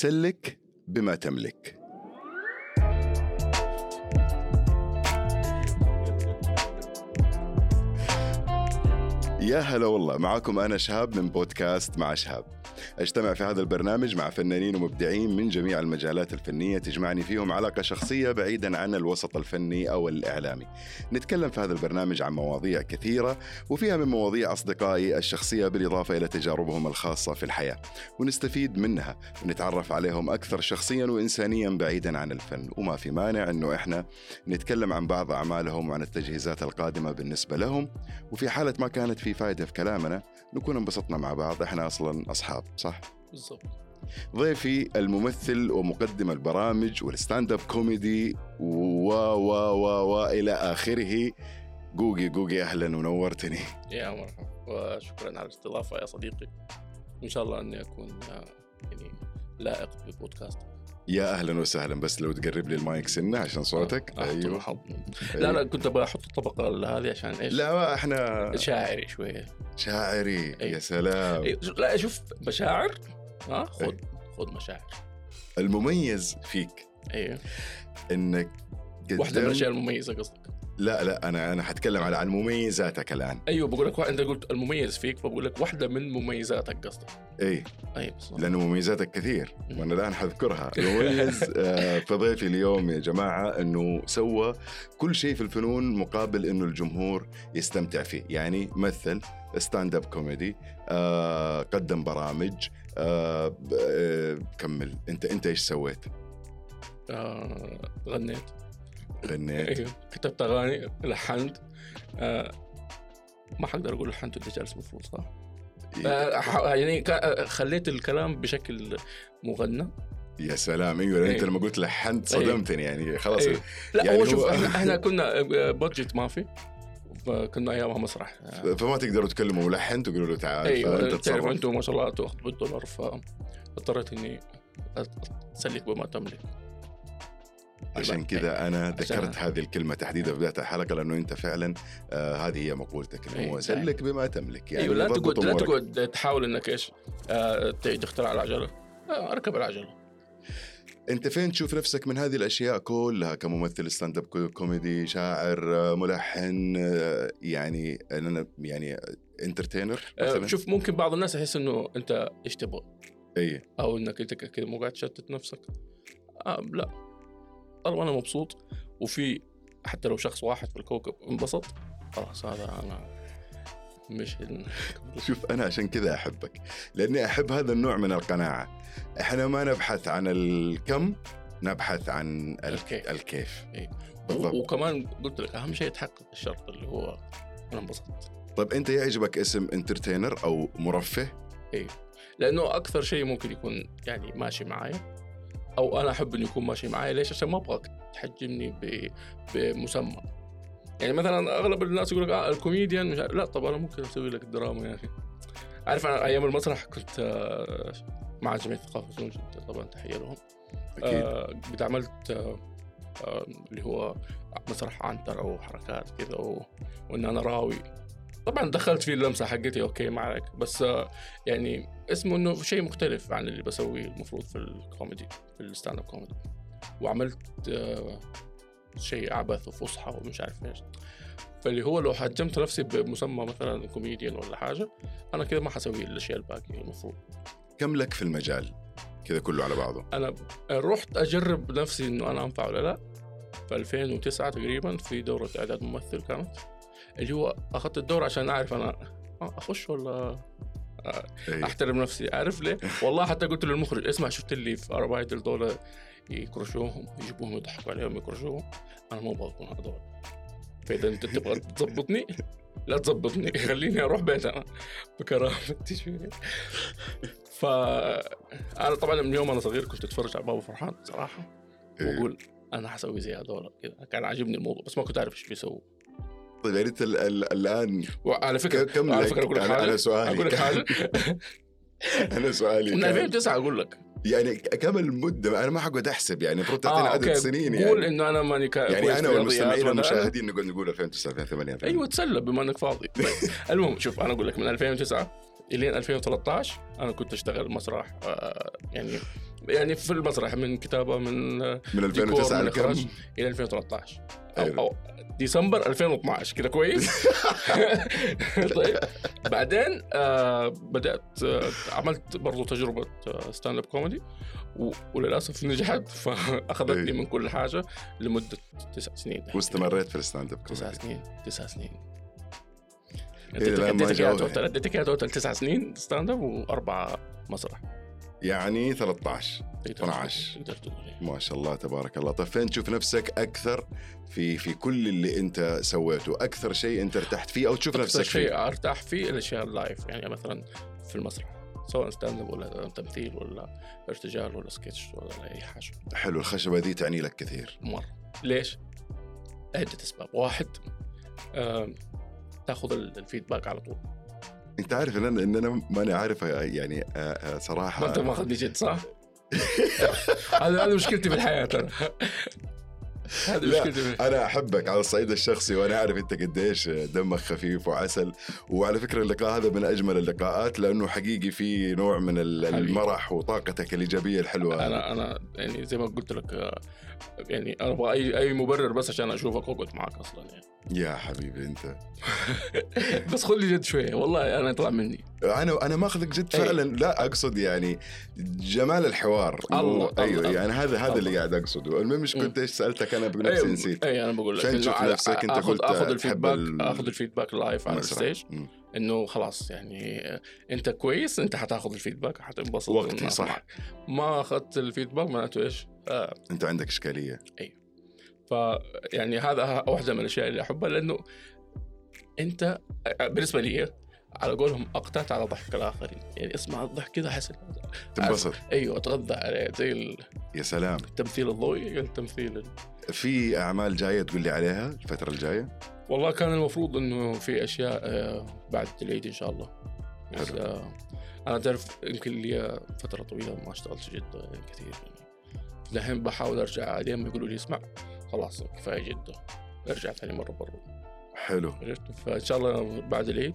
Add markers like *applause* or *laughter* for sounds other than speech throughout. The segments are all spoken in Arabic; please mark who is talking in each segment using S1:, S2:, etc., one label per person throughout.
S1: سلك بما تملك يا هلا والله معكم أنا شهاب من بودكاست مع شهاب أجتمع في هذا البرنامج مع فنانين ومبدعين من جميع المجالات الفنية تجمعني فيهم علاقة شخصية بعيدا عن الوسط الفني أو الإعلامي نتكلم في هذا البرنامج عن مواضيع كثيرة وفيها من مواضيع أصدقائي الشخصية بالإضافة إلى تجاربهم الخاصة في الحياة ونستفيد منها ونتعرف عليهم أكثر شخصيا وإنسانيا بعيدا عن الفن وما في مانع أنه إحنا نتكلم عن بعض أعمالهم وعن التجهيزات القادمة بالنسبة لهم وفي حالة ما كانت في فائدة في كلامنا نكون انبسطنا مع بعض إحنا أصلا أصحاب صح؟
S2: بالضبط
S1: ضيفي الممثل ومقدم البرامج والستاند اب كوميدي و و و و الى اخره جوجي جوجي اهلا ونورتني
S2: يا مرحبا وشكرا على الاستضافه يا صديقي ان شاء الله اني اكون آه، يعني لائق ببودكاست
S1: يا اهلا وسهلا بس لو تقرب لي المايك سنه عشان صوتك
S2: ايوه
S1: ايوه
S2: حظ لا لا كنت ابغى احط الطبقه هذه عشان ايش
S1: لا ما احنا
S2: شاعري شويه
S1: شاعري يا
S2: أيوة.
S1: سلام
S2: أيوة، شوف- لا شوف مشاعر ها خذ خذ مشاعر
S1: المميز فيك
S2: ايوه
S1: انك
S2: واحده من
S1: قدمت-
S2: الاشياء المميزه قصدك
S1: لا لا انا انا حتكلم على عن مميزاتك الان
S2: ايوه بقول لك وا- انت قلت المميز فيك فبقول لك واحده من مميزاتك قصدك طيب،
S1: اي
S2: اي بالضبط
S1: لانه إيه، مميزاتك كثير وانا الان
S2: *laughs*
S1: حذكرها المميز آه، في ضيفي اليوم يا جماعه انه سوى كل شيء في الفنون مقابل انه الجمهور يستمتع فيه يعني مثل ستاند اب كوميدي آه، قدم برامج آه، ب- آه، كمل انت انت ايش سويت؟
S2: آه غنيت
S1: غنيت
S2: ايوه كتبت اغاني لحنت آه ما حقدر اقول لحنت ولا جالس المفروض صح؟
S1: إيه.
S2: آه، ح- يعني كا- خليت الكلام بشكل مغنى
S1: يا سلام ايوه لأن انت
S2: إيه.
S1: لما قلت لحنت
S2: إيه.
S1: صدمتني يعني خلاص
S2: أيوه. لا
S1: يعني
S2: هو شوف
S1: هو- *laughs*
S2: احنا إحنا كنا بادجت ما في فكنا ايامها مسرح آه،
S1: فما تقدروا تكلموا ملحن تقولوا له تعال
S2: ايوه
S1: فانت
S2: تعرف
S1: تصرف
S2: انتم ما شاء الله تاخذ بالدولار فاضطريت اني اسلك بما تملك إيه،
S1: عشان كذا انا ذكرت هذه الكلمه تحديدا في بدايه الحلقه لانه انت فعلا آه هذه هي مقولتك انه
S2: أي،
S1: هو
S2: أي.
S1: سلك بما تملك يعني
S2: ايوه إيه، لا
S1: ضبط
S2: تقعد لا
S1: أمورك.
S2: تقعد تحاول انك ايش آه، ت- تخترع آه، العجله لا، اركب العجله
S1: انت فين تشوف نفسك من هذه الاشياء كلها كممثل ستاند اب كو- كوميدي شاعر آه، ملحن آه، يعني انا يعني انترتينر
S2: آه،
S1: مثلا
S2: شوف ممكن بعض الناس يحس انه انت ايش تبغى
S1: اي
S2: او انك انت كذا مو قاعد تشتت نفسك آه لا طالما انا مبسوط وفي حتى لو شخص واحد في الكوكب انبسط خلاص هذا انا مش
S1: شوف انا عشان كذا احبك لاني احب هذا النوع من القناعه احنا ما نبحث عن الكم نبحث عن ال-
S2: الكيف.
S1: الكيف
S2: إي.
S1: يعني بالضبط
S2: وكمان قلت لك اهم شيء تحقق الشرط اللي هو انا انبسطت
S1: طيب انت يعجبك اسم انترتينر او مرفه
S2: لانه اكثر شيء ممكن يكون يعني ماشي معايا او انا احب انه يكون ماشي معايا ليش؟ عشان ما ابغاك تحجمني ب- بمسمى يعني مثلا اغلب الناس يقول لك آه الكوميديان مش عارف. لا طب انا ممكن اسوي لك دراما يا اخي عارف انا ايام المسرح كنت آه، مع جمعيه ثقافه زوج طبعا تحيه لهم
S1: اكيد
S2: آه، قد عملت آه، آه، اللي هو مسرح عنتر وحركات كذا و... وان انا راوي طبعا دخلت فيه اللمسه حقتي اوكي ما عليك بس آه، يعني اسمه انه شيء مختلف عن اللي بسويه المفروض في الكوميدي في الستاند اب كوميدي وعملت آه، شيء عبث وفصحى ومش عارف ايش فاللي هو لو حجمت نفسي بمسمى مثلا كوميديان ولا حاجه انا كذا ما حسوي الاشياء الباقيه المفروض
S1: كم لك في المجال كذا كله على بعضه
S2: انا رحت اجرب نفسي انه انا انفع ولا لا في 2009 تقريبا في دوره اعداد ممثل كانت اللي هو اخذت الدور عشان اعرف انا اخش ولا
S1: أي.
S2: احترم نفسي عارف ليه؟ والله حتى قلت للمخرج اسمع شفت اللي في اربع ايدل دول يكرشوهم يجيبوهم يضحكوا عليهم يكرشوهم انا ما ابغى اكون هذول فاذا انت تبغى تظبطني لا تظبطني *laughs* خليني اروح بيت انا بكرامتي شويه ف انا طبعا من يوم انا صغير كنت اتفرج على بابا فرحان صراحه
S1: إيه.
S2: واقول انا حسوي زي هذول كذا كان عاجبني الموضوع بس ما كنت عارف ايش بيسووا
S1: طيب يعني انت ال- ال- الان
S2: وعلى فكره
S1: كم
S2: على
S1: لك؟
S2: فكره اقول لك
S1: أنا- أنا
S2: حاجه
S1: سؤالي *laughs*
S2: اقول لك
S1: كم؟
S2: حاجه
S1: انا سؤالي
S2: من
S1: كان-
S2: 2009 اقول لك
S1: يعني كم المده انا ما حقعد احسب يعني المفروض تعطينا
S2: آه،
S1: عدد
S2: أوكي.
S1: سنين
S2: قول
S1: يعني
S2: انه انا ماني كا...
S1: يعني
S2: كويس
S1: انا
S2: في الرياضيات
S1: والمستمعين
S2: ولا-
S1: والمشاهدين نقول نقول 2009 2008
S2: ايوه تسلى بما انك فاضي طيب، *laughs* المهم شوف انا اقول لك من 2009 الين 2013 انا كنت اشتغل مسرح آه، يعني يعني في المسرح من كتابه من
S1: من 2009
S2: من
S1: لكم
S2: إخراج. الى 2013
S1: أيوة.
S2: او, أو ديسمبر 2012 كده
S1: *laughs*
S2: كويس طيب بعدين آه بدات آه عملت برضو تجربه آه ستاند اب كوميدي و- وللاسف نجحت *laughs* فاخذتني
S1: إيه.
S2: من كل حاجه لمده تسع سنين
S1: واستمريت في الستاند اب
S2: تسع
S1: كوميدي
S2: سنين تسع سنين
S1: إلى الآن إيه ما
S2: اديتك يا
S1: جاوب.
S2: توتال اديتك يا توتال تسع سنين ستاند اب واربعه مسرح
S1: يعني 13
S2: تقدر
S1: 12.
S2: تقدر تقول إيه.
S1: ما شاء الله تبارك الله طيب فين تشوف نفسك اكثر في في كل اللي انت سويته اكثر شيء انت ارتحت فيه او تشوف نفسك
S2: اكثر
S1: فيه
S2: شيء ارتاح فيه الاشياء اللايف يعني مثلا في المسرح سواء ستاند اب ولا تمثيل ولا ارتجال ولا سكتش ولا اي حاجه
S1: حلو الخشبه دي تعني لك كثير
S2: مره ليش؟ عده اسباب واحد آم، تاخذ ال- الفيدباك على طول
S1: انت عارف ان انا ان انا ماني عارف يعني آه، آه،
S2: ما
S1: صراحه
S2: انت ماخذني جد
S1: *laughs*
S2: صح؟ هذا هذه مشكلتي في الحياه ترى هذه
S1: لا،
S2: مشكلتي في
S1: انا احبك على الصعيد الشخصي وانا اعرف انت قديش دمك خفيف وعسل وعلى فكره اللقاء هذا من اجمل اللقاءات لانه حقيقي في نوع من ال-
S2: حبيبي.
S1: المرح وطاقتك الايجابيه الحلوه
S2: انا انا يعني زي ما قلت لك آه، يعني انا ابغى اي اي مبرر بس عشان اشوفك واقعد معك اصلا يعني
S1: يا حبيبي انت
S2: بس خلي جد شويه والله انا طلع مني
S1: انا انا ماخذك جد
S2: أي.
S1: فعلا لا اقصد يعني جمال الحوار
S2: الله،
S1: و- ايوه
S2: الله،
S1: يعني هذا هذا
S2: الله. إيه.
S1: اللي قاعد اقصده المهم مش كنت ايش سالتك انا بنفسي
S2: أيوة،
S1: نسيت
S2: اي انا بقول لك
S1: فين
S2: إنه
S1: شفت
S2: على-
S1: نفسك؟ أنت
S2: اخذ
S1: قلت
S2: اخذ
S1: تحب
S2: الفيدباك
S1: ال-
S2: اخذ الفيدباك لايف على
S1: المسرح.
S2: الستيج
S1: مم.
S2: انه خلاص يعني آه، انت كويس انت حتاخذ الفيدباك حتنبسط
S1: وقتي،
S2: إنه
S1: صح.
S2: معك. ما اخذت الفيدباك معناته ايش؟ آه
S1: انت عندك اشكاليه
S2: ف يعني هذا واحده من الاشياء اللي احبها لانه انت آه، بالنسبه لي على قولهم اقتات على ضحك الاخرين يعني اسمع الضحك كذا حس
S1: تنبسط
S2: ايوه اتغذى عليه زي
S1: يا سلام
S2: التمثيل الضوئي التمثيل ال-
S1: في اعمال جايه تقول لي عليها الفتره الجايه
S2: والله كان المفروض انه في اشياء آه، بعد العيد ان شاء الله بس
S1: حلو.
S2: آه، انا تعرف يمكن لي فتره طويله ما اشتغلتش جده يعني كثير يعني دحين بحاول ارجع الين يقولوا لي اسمع خلاص كفايه جده ارجع ثاني مره برا
S1: حلو
S2: عرفت فان شاء الله بعد العيد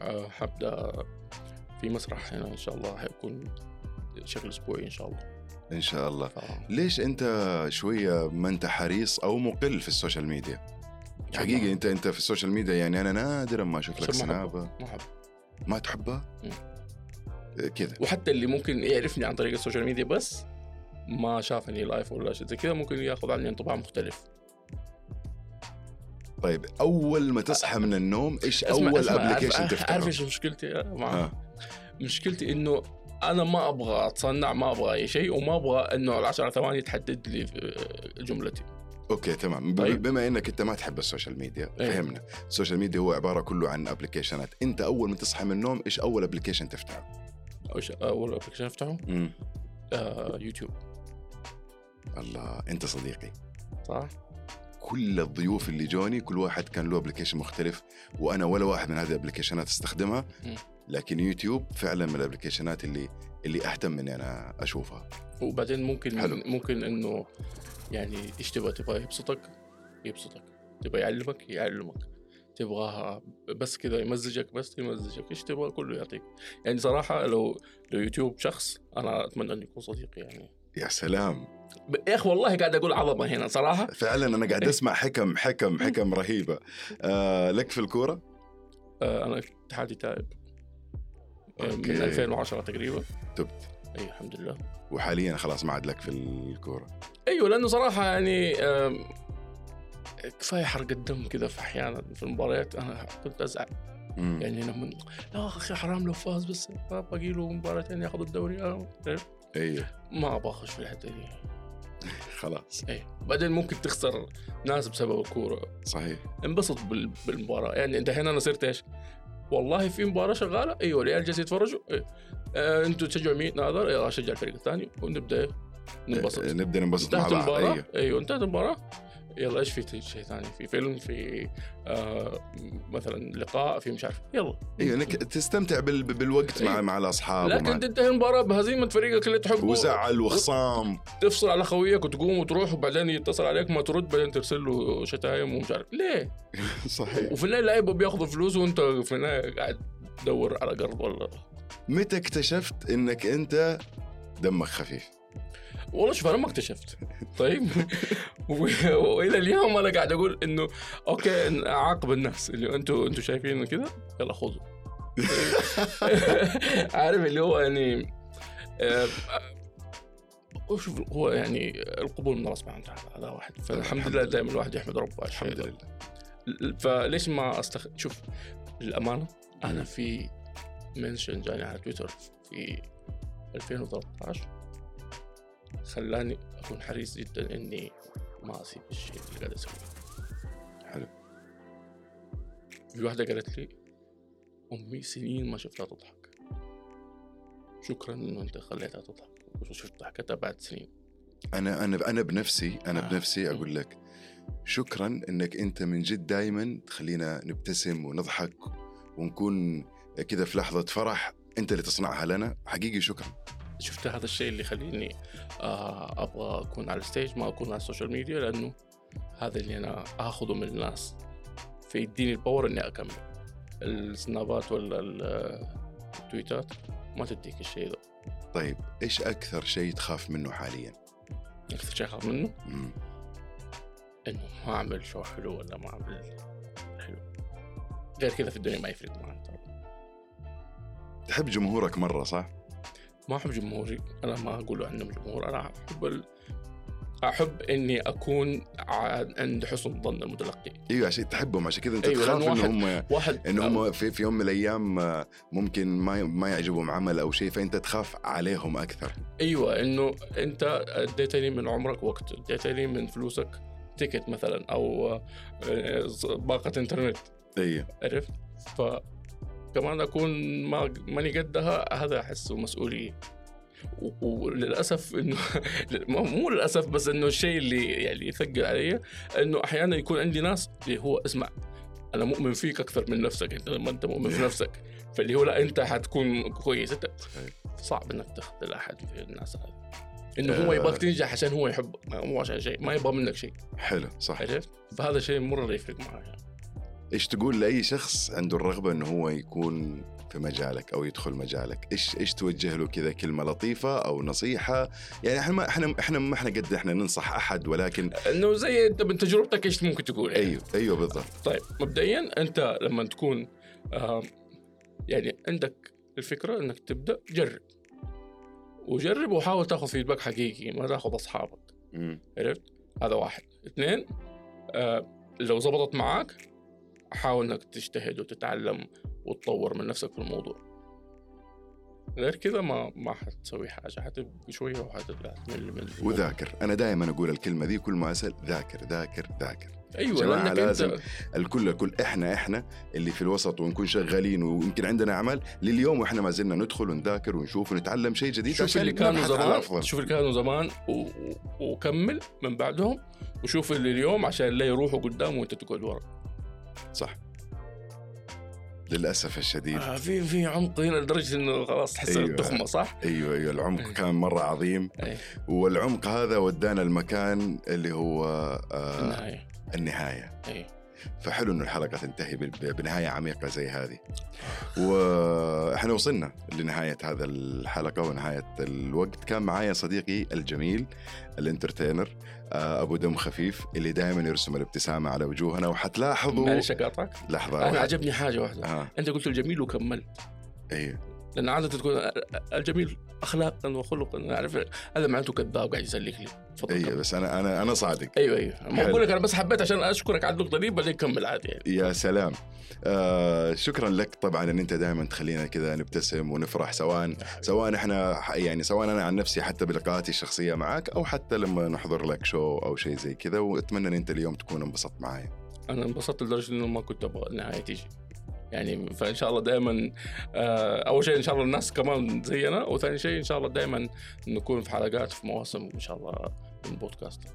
S2: آه، حبدا في مسرح هنا ان شاء الله حيكون شكل اسبوعي ان شاء الله
S1: ان شاء الله
S2: ف-
S1: ليش انت شويه ما انت حريص او مقل في السوشيال ميديا حقيقي انت انت في السوشيال ميديا يعني انا نادرا ما اشوف لك
S2: يعني؟ عشان ما أحبه.
S1: سنابه
S2: ما أحبه.
S1: ما تحبها
S2: مم.
S1: إيه كذا
S2: وحتى اللي ممكن يعرفني عن طريق السوشيال ميديا بس ما شافني لايف ولا شيء زي كذا ممكن ياخذ عني انطباع مختلف
S1: طيب اول ما تصحى من النوم ايش
S2: اسمع-
S1: اول
S2: اسمع، عارف-
S1: ابلكيشن
S2: عارف- عارف
S1: تفتحه آه.
S2: ايش مشكلتي معه
S1: ها،
S2: مشكلتي انه انا ما ابغى اتصنع ما ابغى اي شيء وما ابغى انه العشر ثواني تحدد لي آه، جملتي
S1: اوكي تمام بم-
S2: طيب.
S1: بما انك انت ما تحب السوشيال ميديا
S2: إيه.
S1: فهمنا السوشيال ميديا هو عباره كله عن ابلكيشنات انت اول ما تصحى من النوم ايش اول ابلكيشن تفتحه
S2: أول شيء- اول ابلكيشن افتحه آه، يوتيوب
S1: الله انت صديقي
S2: صح؟
S1: كل الضيوف اللي جوني كل واحد كان له ابلكيشن مختلف وانا ولا واحد من هذه الابلكيشنات استخدمها
S2: مم.
S1: لكن يوتيوب فعلا من الابلكيشنات اللي اللي اهتم اني انا اشوفها
S2: وبعدين ممكن
S1: حلو.
S2: حلو. ممكن انه يعني ايش تبغى تبغى يبسطك يبسطك تبغى يعلمك يعلمك تبغاها بس كذا يمزجك بس يمزجك ايش تبغى كله يعطيك يعني صراحه لو لو يوتيوب شخص انا اتمنى انه يكون صديقي يعني
S1: يا سلام
S2: ب- يا اخي والله قاعد اقول عظمه هنا صراحه
S1: فعلا انا قاعد
S2: إيه.
S1: اسمع حكم حكم حكم رهيبه آه لك في الكوره
S2: آه انا اتحادي تائب آه، من
S1: أوكي.
S2: 2010 تقريبا
S1: تبت
S2: اي الحمد لله
S1: وحاليا خلاص ما عاد لك في الكوره
S2: ايوه لانه صراحه يعني آم، كفايه حرق الدم كذا في احيانا في المباريات انا كنت ازعل
S1: مم.
S2: يعني لما لا اخي حرام لو فاز بس ما باقي له مباراتين ياخذ الدوري آه، عرفت؟
S1: ايوه
S2: ما ابغى اخش في الحته دي
S1: خلاص
S2: اي بعدين ممكن تخسر ناس بسبب الكوره
S1: صحيح
S2: انبسط بال- بالمباراه يعني دحين انا صرت ايش؟ والله في مباراه شغاله ايوه العيال جالسين يتفرجوا إيه. آه انتوا تشجعوا مين هذا؟ إيه، اشجع الفريق الثاني ونبدا إيه؟ ننبسط
S1: آه، نبدا ننبسط مع
S2: انتهت
S1: بعض
S2: المباراة
S1: ايوه
S2: ايوه, أيوه انتهت المباراة يلا ايش في ت- شيء ثاني في فيلم في آه مثلا لقاء في مش عارف يلا
S1: ايوه انك تستمتع بال... بالوقت مع
S2: أيوة.
S1: مع الاصحاب ومع...
S2: لكن تنتهي المباراة بهزيمة فريقك اللي تحبه
S1: وزعل وخصام *laughs*
S2: تفصل على خويك وتقوم وتروح وبعدين يتصل عليك ما ترد بعدين ترسل له شتايم ومش عارف ليه؟
S1: صحيح
S2: وفي النهاية اللعيبة بياخذوا فلوس وانت في النهاية قاعد تدور على قرض ولا
S1: متى اكتشفت انك انت دمك خفيف
S2: والله شوف انا ما اكتشفت طيب *laughs* و- والى اليوم انا قاعد اقول انه اوكي إن اعاقب الناس اللي انتوا انتوا شايفين كده يلا خذوا *laughs* عارف اللي هو يعني آه، آه، شوف هو يعني القبول من الله سبحانه وتعالى هذا واحد فالحمد لله دائما الواحد يحمد ربه على الشيء
S1: الحمد
S2: ده.
S1: لله
S2: فليش ما استخ شوف للامانه
S1: مم.
S2: انا في منشن جاني على تويتر في 2013 خلاني اكون حريص جدا اني ما اسيب الشيء اللي قاعد اسويه
S1: حلو
S2: في واحده قالت لي امي سنين ما شفتها تضحك شكرا انه انت خليتها تضحك وشفت ضحكتها بعد سنين
S1: انا انا انا بنفسي انا
S2: آه.
S1: بنفسي
S2: مم.
S1: اقول لك شكرا انك انت من جد دائما تخلينا نبتسم ونضحك ونكون كذا في لحظه فرح انت اللي تصنعها لنا حقيقي شكرا
S2: شفت هذا الشيء اللي يخليني آه، ابغى اكون على الستيج ما اكون على السوشيال ميديا لانه هذا اللي انا اخذه من الناس فيديني الباور اني اكمل السنابات ولا ال- التويتات ما تديك الشيء ده
S1: طيب ايش اكثر شيء تخاف منه حاليا
S2: اكثر شيء اخاف منه
S1: مم.
S2: انه ما اعمل شو حلو ولا ما اعمل حلو غير كذا في الدنيا ما يفرق معي ترى.
S1: تحب جمهورك مره صح
S2: ما احب جمهوري انا ما اقول عنهم جمهور انا احب ال... احب اني اكون ع- عند حسن ظن المتلقي
S1: ايوه عشان تحبهم عشان كذا انت
S2: أيوة،
S1: تخاف
S2: لأن
S1: ان
S2: واحد- آه.
S1: هم
S2: واحد
S1: ان هم في, في يوم من الايام آه، ممكن ما ما يعجبهم عمل او شيء فانت تخاف عليهم اكثر
S2: ايوه انه انت اديتني من عمرك وقت اديتني من فلوسك تيكت مثلا او آه، ز- باقه انترنت
S1: ايوه
S2: عرفت ف كمان اكون ما ماني قدها هذا احسه مسؤوليه و- وللاسف *laughs* انه مو- مو للاسف بس انه الشيء اللي يعني يثقل علي انه احيانا يكون عندي ناس اللي هو اسمع انا مؤمن فيك اكثر من نفسك انت لما انت مؤمن في نفسك فاللي هو لا انت حتكون كويس انت
S1: صحيح.
S2: صعب انك تخذل احد في الناس هذه انه هو يبغاك تنجح عشان هو يحبك ما- مو عشان شيء ما يبغى منك شيء
S1: حلو صح
S2: عرفت فهذا شيء مره يفرق معي
S1: ايش تقول لاي شخص عنده الرغبه انه هو يكون في مجالك او يدخل مجالك ايش ايش توجه له كذا كلمه لطيفه او نصيحه يعني احنا ما احنا احنا ما احنا قد احنا ننصح احد ولكن
S2: انه زي انت من تجربتك ايش ممكن تقول يعني.
S1: ايوه ايوه بالضبط
S2: طيب مبدئيا انت لما تكون آم، يعني عندك الفكره انك تبدا جرب وجرب وحاول تاخذ فيدباك حقيقي ما تاخذ اصحابك
S1: مم.
S2: عرفت هذا واحد اثنين آه، لو زبطت معاك حاول انك تجتهد وتتعلم وتطور من نفسك في الموضوع غير كذا ما ما حتسوي حاجه حتبقى شويه وحتمل من الموضوع.
S1: وذاكر انا دائما اقول الكلمه دي كل ما اسال ذاكر ذاكر ذاكر
S2: ايوه
S1: جماعة
S2: لانك
S1: لازم-
S2: انت
S1: الكل الكل احنا احنا اللي في الوسط ونكون شغالين ويمكن عندنا اعمال لليوم واحنا ما زلنا ندخل ونذاكر ونشوف ونتعلم شيء جديد
S2: شوف
S1: عشان
S2: اللي كانوا
S1: نبحث عن
S2: زمان
S1: أفضل.
S2: شوف اللي كانوا زمان و... و- وكمل من بعدهم وشوف اللي اليوم عشان لا يروحوا قدام وانت تقعد ورا
S1: صح للاسف الشديد
S2: آه في في عمق هنا لدرجه انه خلاص تحس
S1: أيوة.
S2: أيوة. آه. تخمه صح؟ إيه.
S1: ايوه ايوه العمق
S2: أي.
S1: كان مره عظيم
S2: أي.
S1: والعمق هذا ودانا المكان اللي هو
S2: في
S1: آه
S2: النهايه
S1: النهايه
S2: أي.
S1: فحلو انه الحلقه تنتهي بال- بنهايه عميقه زي هذه واحنا وصلنا لنهايه هذا الحلقه ونهايه الوقت كان معايا صديقي الجميل الانترتينر آه، ابو دم خفيف اللي دائما يرسم الابتسامه على وجوهنا وحتلاحظوا
S2: معلش اقاطعك
S1: لحظه
S2: انا عجبني حاجه واحده
S1: اه
S2: انت قلت الجميل وكملت
S1: ايوه
S2: لان عاده تكون الجميل اخلاقا وخلقا انا اعرف هذا معناته كذاب قاعد يسلك لي تفضل
S1: ايوه
S2: كمل.
S1: بس انا انا انا صادق
S2: ايوه ايوه ما
S1: حلو.
S2: بقول لك انا بس حبيت عشان اشكرك على النقطه دي بعدين كمل عادي يعني
S1: يا سلام آه شكرا لك طبعا ان انت دائما تخلينا كذا نبتسم ونفرح سواء سواء احنا ح- يعني سواء انا عن نفسي حتى بلقاءاتي الشخصيه معك او حتى لما نحضر لك شو او شيء زي كذا واتمنى ان انت اليوم تكون انبسطت معي
S2: انا انبسطت لدرجه انه ما كنت ابغى النهايه تيجي يعني فان شاء الله دائما آه، اول شيء ان شاء الله الناس كمان زينا وثاني شيء ان شاء الله دائما نكون في حلقات في مواسم ان شاء الله من بودكاستك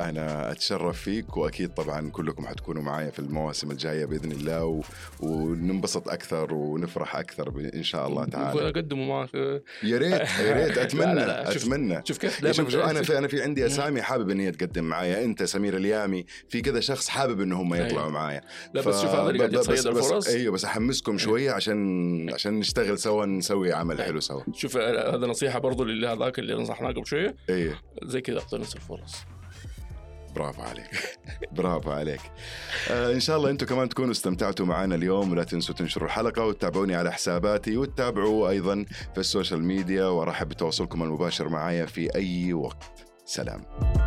S1: انا اتشرف فيك واكيد طبعا كلكم حتكونوا معايا في المواسم الجايه باذن الله و... وننبسط اكثر ونفرح اكثر ب... ان شاء الله
S2: ممكن *laughs*
S1: تعالى
S2: اقدمه معك
S1: يا ريت يا ريت اتمنى
S2: لا، لا، شوف-
S1: اتمنى
S2: شوف
S1: *laughs*
S2: كيف
S1: لا شوف شوف انا
S2: في
S1: في انا في عندي اسامي حابب ان هي تقدم معايا انت سمير اليامي في كذا شخص حابب ان هم يطلعوا
S2: أيوة.
S1: معايا
S2: *laughs* لا بس شوف هذا اللي قاعد يتصيد
S1: بس
S2: الفرص إيه.
S1: ايوه بس احمسكم شويه عشان عشان نشتغل سوا نسوي عمل
S2: أيوة.
S1: حلو
S2: *laughs*
S1: سوا
S2: شوف آه، هذا نصيحه برضو لهذاك اللي نصحناه قبل شويه
S1: ايوه
S2: زي كذا اقتنص الفرص
S1: برافو عليك *laughs* برافو عليك آه ان شاء الله انتم كمان تكونوا استمتعتوا معنا اليوم ولا تنسوا تنشروا الحلقه وتتابعوني على حساباتي وتتابعوا ايضا في السوشيال ميديا وارحب بتواصلكم المباشر معايا في اي وقت سلام